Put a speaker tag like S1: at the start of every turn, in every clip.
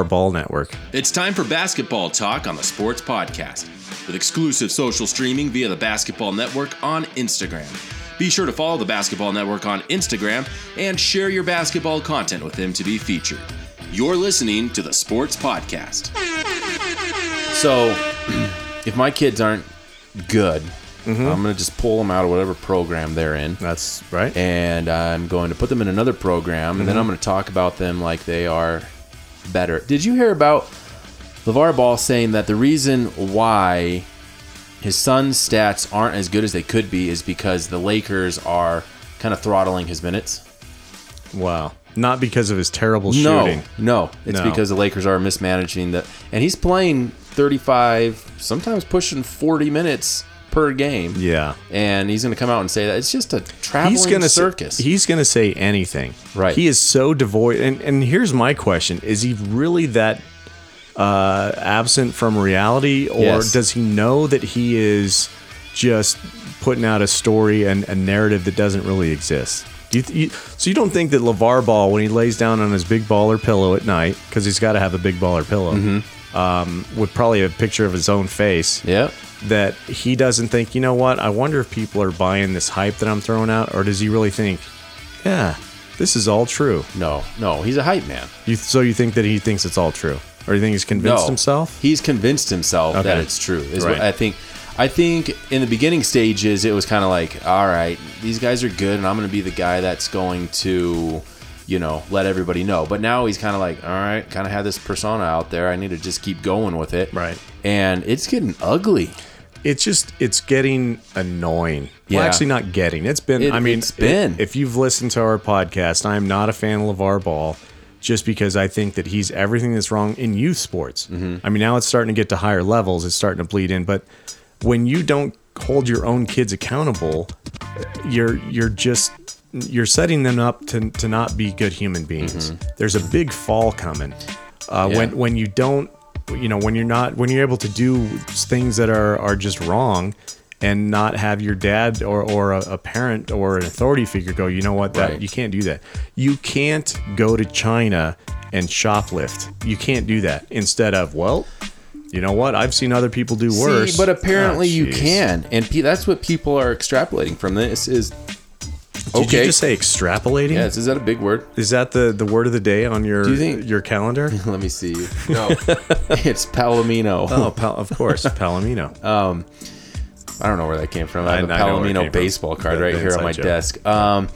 S1: our ball network.
S2: It's time for basketball talk on the Sports Podcast with exclusive social streaming via the Basketball Network on Instagram. Be sure to follow the Basketball Network on Instagram and share your basketball content with them to be featured. You're listening to the Sports Podcast. So, if my kids aren't good, I'm going to just pull them out of whatever program they're in
S1: That's right.
S2: Eh. and I'm going to put them in another program, and then
S1: Mm-hmm.
S2: I'm going to talk about them like they are better. Did you hear about LeVar Ball saying that the reason why his son's stats aren't as good as they could be is because the Lakers are kind of throttling his minutes?
S1: wow. Not because of his terrible shooting.
S2: No, no, it's
S1: No.
S2: because the Lakers are mismanaging the, and he's playing 35, sometimes pushing 40 minutes per game.
S1: Yeah.
S2: And he's going to come out and say that it's just a traveling
S1: He's gonna say-
S2: circus.
S1: he's gonna say anything.
S2: Right.
S1: He is so devoid. And and here's my question: Is he really that uh, absent from reality, or
S2: Yes.
S1: does he know that he is just putting out a story and a narrative that doesn't really exist? Do you th- you, so you don't think that Levar Ball, when he lays down on his big baller pillow at night, because he's got to have a big baller pillow, um, with probably a picture of his own face,
S2: Mm-hmm. yeah.
S1: that he doesn't think, you know what, I wonder if people are buying this hype that I'm throwing out, or does he really think, yeah, this is all true?
S2: No, no, he's a hype man.
S1: You, so you think that he thinks it's all true? Or you think he's convinced
S2: no.
S1: himself?
S2: He's convinced himself that
S1: Okay.
S2: it's true. Is what
S1: Right.
S2: I think. I think in the beginning stages, it was kind of like, all right, these guys are good, and I'm going to be the guy that's going to, you know, let everybody know. But now he's kind of like, all right, kind of had this persona out there. I need to just keep going with it.
S1: Right.
S2: And it's getting ugly.
S1: It's just, it's getting annoying.
S2: Yeah.
S1: Well, actually, not getting. It's been,
S2: It-
S1: I mean,
S2: it's been.
S1: if you've listened to our podcast, I am not a fan of LeVar Ball just because I think that he's everything that's wrong in youth sports.
S2: Mm-hmm.
S1: I mean, now it's starting to get to higher levels, it's starting to bleed in, but when you don't hold your own kids accountable, you're you're just you're setting them up to, to not be good human beings. There's a big fall coming uh,
S2: Mm-hmm. Yeah.
S1: when when you don't you know when you're not when you're able to do things that are are just wrong and not have your dad or, or a, a parent or an authority figure go you know what that
S2: Right.
S1: you can't do that you can't go to china and shoplift you can't do that instead of well you know what i've seen other people do worse
S2: See, but apparently
S1: Ah,
S2: you
S1: jeez.
S2: can, and pe- that's what people are extrapolating from this. Is
S1: did
S2: okay.
S1: you just say extrapolating
S2: yes, is that a big word?
S1: Is that the, the word of the day on your
S2: you think-
S1: your calendar?
S2: Let me see. No, it's Palomino.
S1: oh, Pal- of course, Palomino.
S2: Uh, I don't know where that came from. I have a
S1: I- I know where it came
S2: Palomino
S1: from.
S2: baseball card
S1: The-
S2: right
S1: the
S2: here on my
S1: inside joke.
S2: desk. Um,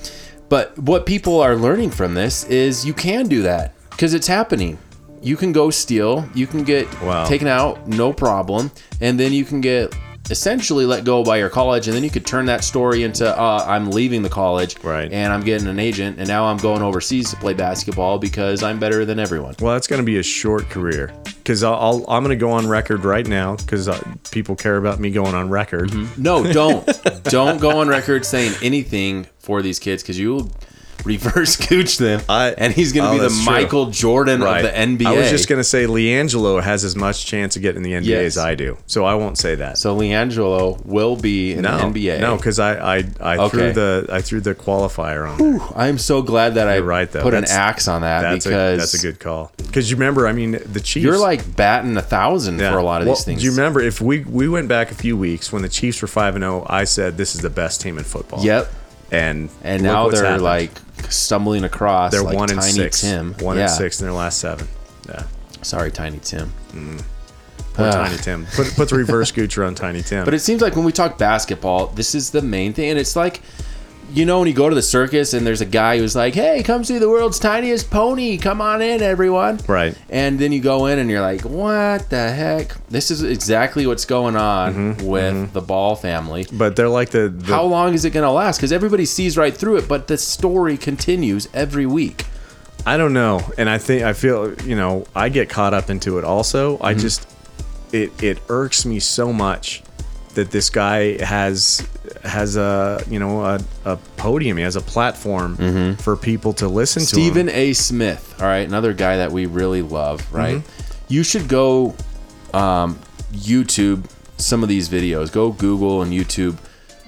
S2: but what people are learning from this is you can do that because it's happening. You can go steal, you can get
S1: Wow.
S2: taken out, no problem, and then you can get essentially let go by your college, and then you could turn that story into uh, I'm leaving the college,
S1: Right.
S2: And I'm getting an agent, and now I'm going overseas to play basketball because I'm better than everyone.
S1: well, that's going to be a short career because I'll, I'll I'm going to go on record right now because people care about me going on record.
S2: No, don't. don't go on record saying anything for these kids because you will reverse gooch them.
S1: I-
S2: and he's going to
S1: Oh,
S2: be the
S1: that's true.
S2: Michael Jordan of the NBA.
S1: I was just going to say Leangelo has as much chance of getting in the NBA
S2: Yes.
S1: as I do, so I won't say that.
S2: so Leangelo will be in
S1: no,
S2: the NBA.
S1: no, because I I, I
S2: Okay.
S1: threw the I threw the qualifier on. there.
S2: I'm so glad that I
S1: right, though.
S2: put an
S1: That's-
S2: axe on that
S1: That's
S2: because
S1: a, that's a good call. Because you remember, I mean, the Chiefs.
S2: you're like batting a thousand
S1: Yeah.
S2: for a lot of
S1: Well,
S2: these things.
S1: Do you remember if we we went back a few weeks when the Chiefs were five and zero? I said this is the best team in football.
S2: Yep.
S1: And
S2: And
S1: look
S2: now
S1: what's
S2: they're
S1: happened.
S2: like stumbling across.
S1: they're
S2: like
S1: one
S2: Tiny
S1: and six.
S2: Tim.
S1: One
S2: yeah.
S1: and six in their last seven. Yeah.
S2: Sorry, Tiny Tim.
S1: Poor Tiny Tim. Put put the reverse Gucci on Tiny Tim.
S2: But it seems like when we talk basketball, this is the main thing. And it's like, you know, when you go to the circus and there's a guy who's like, hey, come see the world's tiniest pony. Come on in, everyone.
S1: Right.
S2: And then you go in and you're like, what the heck? This is exactly what's going on with the Ball family.
S1: But they're like the, the
S2: How long is it going to last? Because everybody sees right through it, but the story continues every week.
S1: I don't know, and I think I feel you know I get caught up into it. Also, I
S2: Mm-hmm.
S1: just it it irks me so much that this guy has has a you know a, a podium, he has a platform
S2: Mm-hmm.
S1: for people to listen to. him.
S2: Stephen A. Smith, all right, another guy that we really love, right?
S1: Mm-hmm.
S2: You should go um, YouTube some of these videos. Go Google and YouTube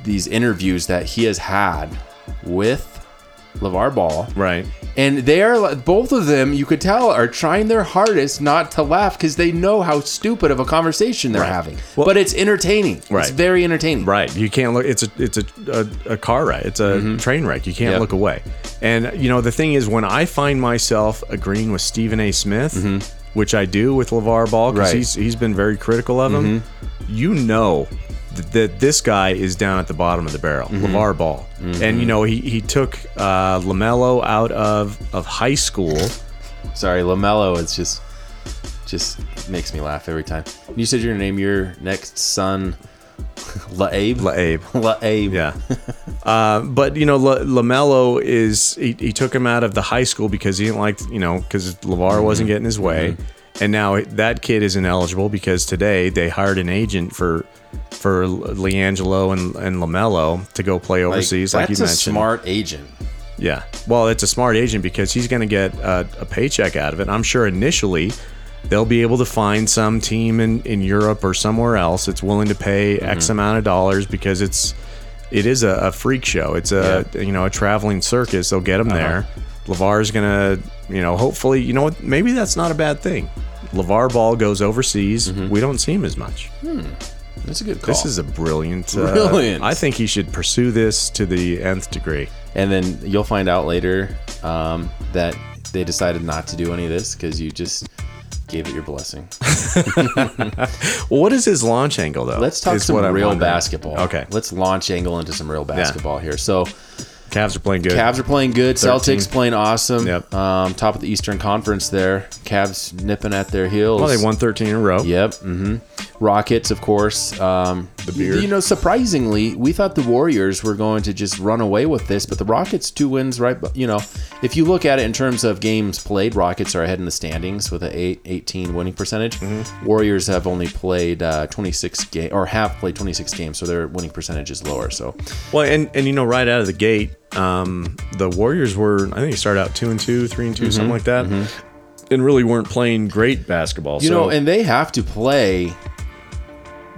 S2: these interviews that he has had with LeVar Ball.
S1: Right.
S2: And they are li- both of them, you could tell, are trying their hardest not to laugh because they know how stupid of a conversation they're
S1: Right.
S2: having.
S1: Well-
S2: but it's entertaining.
S1: Right.
S2: It's very entertaining.
S1: Right. You can't look. It's a it's a a, a car wreck. It's a train wreck. You can't
S2: Yep.
S1: look away. And you know the thing is, when I find myself agreeing with Stephen A. Smith, which I do with Levar Ball, because
S2: Right.
S1: he's he's been very critical of him. You know th- that this guy is down at the bottom of the barrel, Levar Ball, and you know he he took uh, Lamelo out of of high school.
S2: Sorry, Lamelo. It's just, just makes me laugh every time. You said you're gonna name your next son, Laabe.
S1: Abe.
S2: Laabe.
S1: Yeah. uh, but, you know, La- LaMelo is, he, he took him out of the high school because he didn't like, you know, because LeVar
S2: Mm-hmm.
S1: wasn't getting his way. And now that kid is ineligible because today they hired an agent for for LiAngelo and, and LaMelo to go play
S2: Like,
S1: overseas, like,
S2: that's
S1: you
S2: a
S1: mentioned.
S2: smart agent.
S1: Yeah. Well, it's a smart agent because he's going to get a, a paycheck out of it. I'm sure initially they'll be able to find some team in, in Europe or somewhere else that's willing to pay X amount of dollars because it's it is a, a freak show. It's a you know a traveling circus. They'll get him there. Lavar's gonna you know hopefully you know what maybe that's not a bad thing. Lavar Ball goes overseas. We don't see him as much.
S2: That's a good call.
S1: This is a brilliant. Uh,
S2: Oh. Brilliant.
S1: I think he should pursue this to the nth degree.
S2: and then you'll find out later um, that they decided not to do any of this because you just gave it your blessing.
S1: Well, what is his launch angle though?
S2: Let's talk
S1: Is
S2: some
S1: what I'm
S2: real
S1: wondering.
S2: basketball.
S1: Okay,
S2: Let's launch angle into some real basketball here. So
S1: Cavs are playing good.
S2: Cavs are playing good.
S1: 13.
S2: Celtics playing awesome.
S1: Yep.
S2: Um, top of the Eastern Conference there. Cavs nipping at their heels.
S1: Well, they won 13 in a row.
S2: Yep. hmm Rockets, of course. Um, the
S1: beard.
S2: You know, surprisingly, we thought the Warriors were going to just run away with this, but the Rockets two wins right. bu- You know, if you look at it in terms of games played, Rockets are ahead in the standings with a 8, 18 winning percentage. Warriors have only played uh, 26 game or have played 26 games, so their winning percentage is lower. So
S1: Well, and and you know, right out of the gate, um, the Warriors were I think they started out two and two, three
S2: Mm-hmm.
S1: and 2 something like that, and really weren't playing great basketball.
S2: You
S1: so
S2: know, and they have to play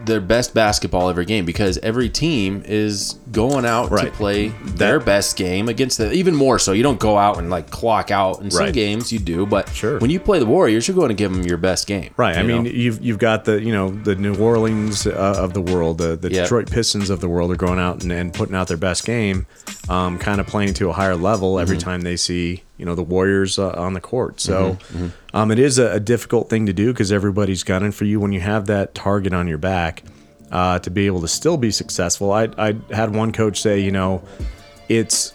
S2: their best basketball every game because every team is going out to
S1: Right.
S2: play their best game against the even more so. You don't go out and like clock out in some
S1: Right.
S2: games you do, but
S1: Sure.
S2: when you play the Warriors, you're going to give them your best game.
S1: right? I
S2: you
S1: mean,
S2: know?
S1: you've you've got the you know the New Orleans uh, of the world, the, the
S2: Yeah.
S1: Detroit Pistons of the world are going out and, and putting out their best game, um, kind of playing to a higher level every
S2: Mm-hmm.
S1: time they see you know the Warriors uh, on the court. So
S2: Mm-hmm,
S1: Um, it is a, a difficult thing to do because everybody's gunning for you when you have that target on your back. Uh, to be able to still be successful, I, I had one coach say, you know, it's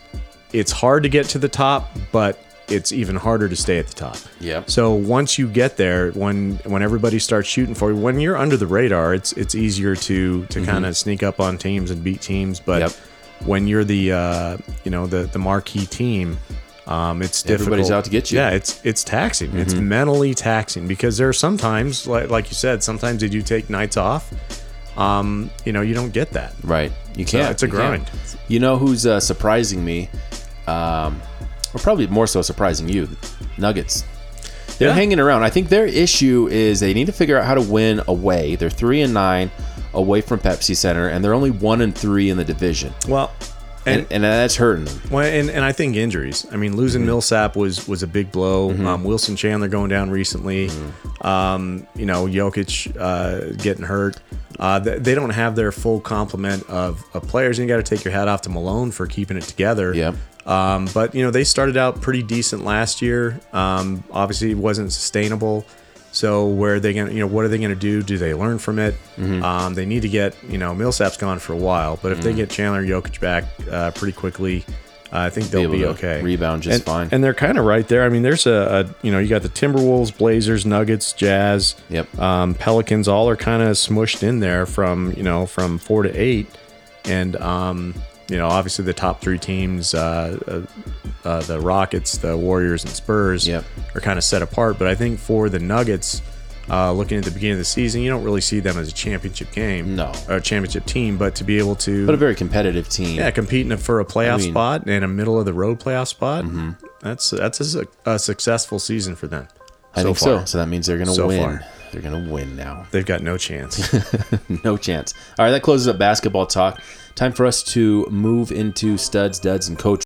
S1: it's hard to get to the top, but it's even harder to stay at the top.
S2: Yep.
S1: So once you get there, when when everybody starts shooting for you, when you're under the radar, it's it's easier to to kind of sneak up on teams and beat teams. But
S2: Mm-hmm. Yep.
S1: when you're the uh, you know the the marquee team, um, it's difficult.
S2: Everybody's out to get you. Mm-hmm.
S1: Yeah, it's it's taxing. It's mentally taxing because there are sometimes, like, like you said, sometimes they do take nights off. Um, you know, you don't get that.
S2: Right. You can't.
S1: it's a
S2: you can't.
S1: grind.
S2: You know who's uh, surprising me? Um, or probably more so surprising you, Nuggets. They're
S1: Yeah.
S2: hanging around. I think their issue is they need to figure out how to win away. They're three and nine away from Pepsi Center, and they're only one and three in the division,
S1: Well,
S2: and, and that's hurting them.
S1: Well, and, and I think injuries. I mean, losing Millsap was was a big blow. Um, Wilson Chandler going down recently. Um, you know, Jokic uh, getting hurt. Uh, they, they don't have their full complement of, of players, and you got to take your hat off to Malone for keeping it together.
S2: Yep.
S1: Um, but you know, they started out pretty decent last year. Um, obviously, it wasn't sustainable. So where are they gonna, you know, what are they gonna do? Do they learn from it?
S2: Mm-hmm.
S1: Um, they need to get, you know, Millsap's gone for a while, but if
S2: Mm.
S1: they get Chandler and Jokic back uh, pretty quickly, uh, I think they'll
S2: able
S1: be,
S2: to
S1: okay.
S2: rebound just
S1: And-
S2: fine.
S1: And they're kind of right there. I mean, there's a, a, you know, you got the Timberwolves, Blazers, Nuggets, Jazz,
S2: Yep.
S1: um, Pelicans, all are kind of smushed in there from you know from four to eight, and um, you know obviously the top three teams, uh, uh, uh, the Rockets, the Warriors, and Spurs
S2: Yep.
S1: are kind of set apart. But I think for the Nuggets, uh, looking at the beginning of the season, you don't really see them as a championship game,
S2: No.
S1: or a championship team, but to be able to
S2: But a very competitive team.
S1: yeah, competing for a playoff
S2: mean- Mm-hmm.
S1: spot and a middle of the road playoff spot. That's that's a, su- a successful season for them.
S2: I
S1: so
S2: think
S1: far.
S2: so. So that means they're gonna
S1: So
S2: win.
S1: far.
S2: They're gonna win now.
S1: They've got no chance.
S2: No chance. All right, that closes up basketball talk. Time for us to move into studs, duds, and coach.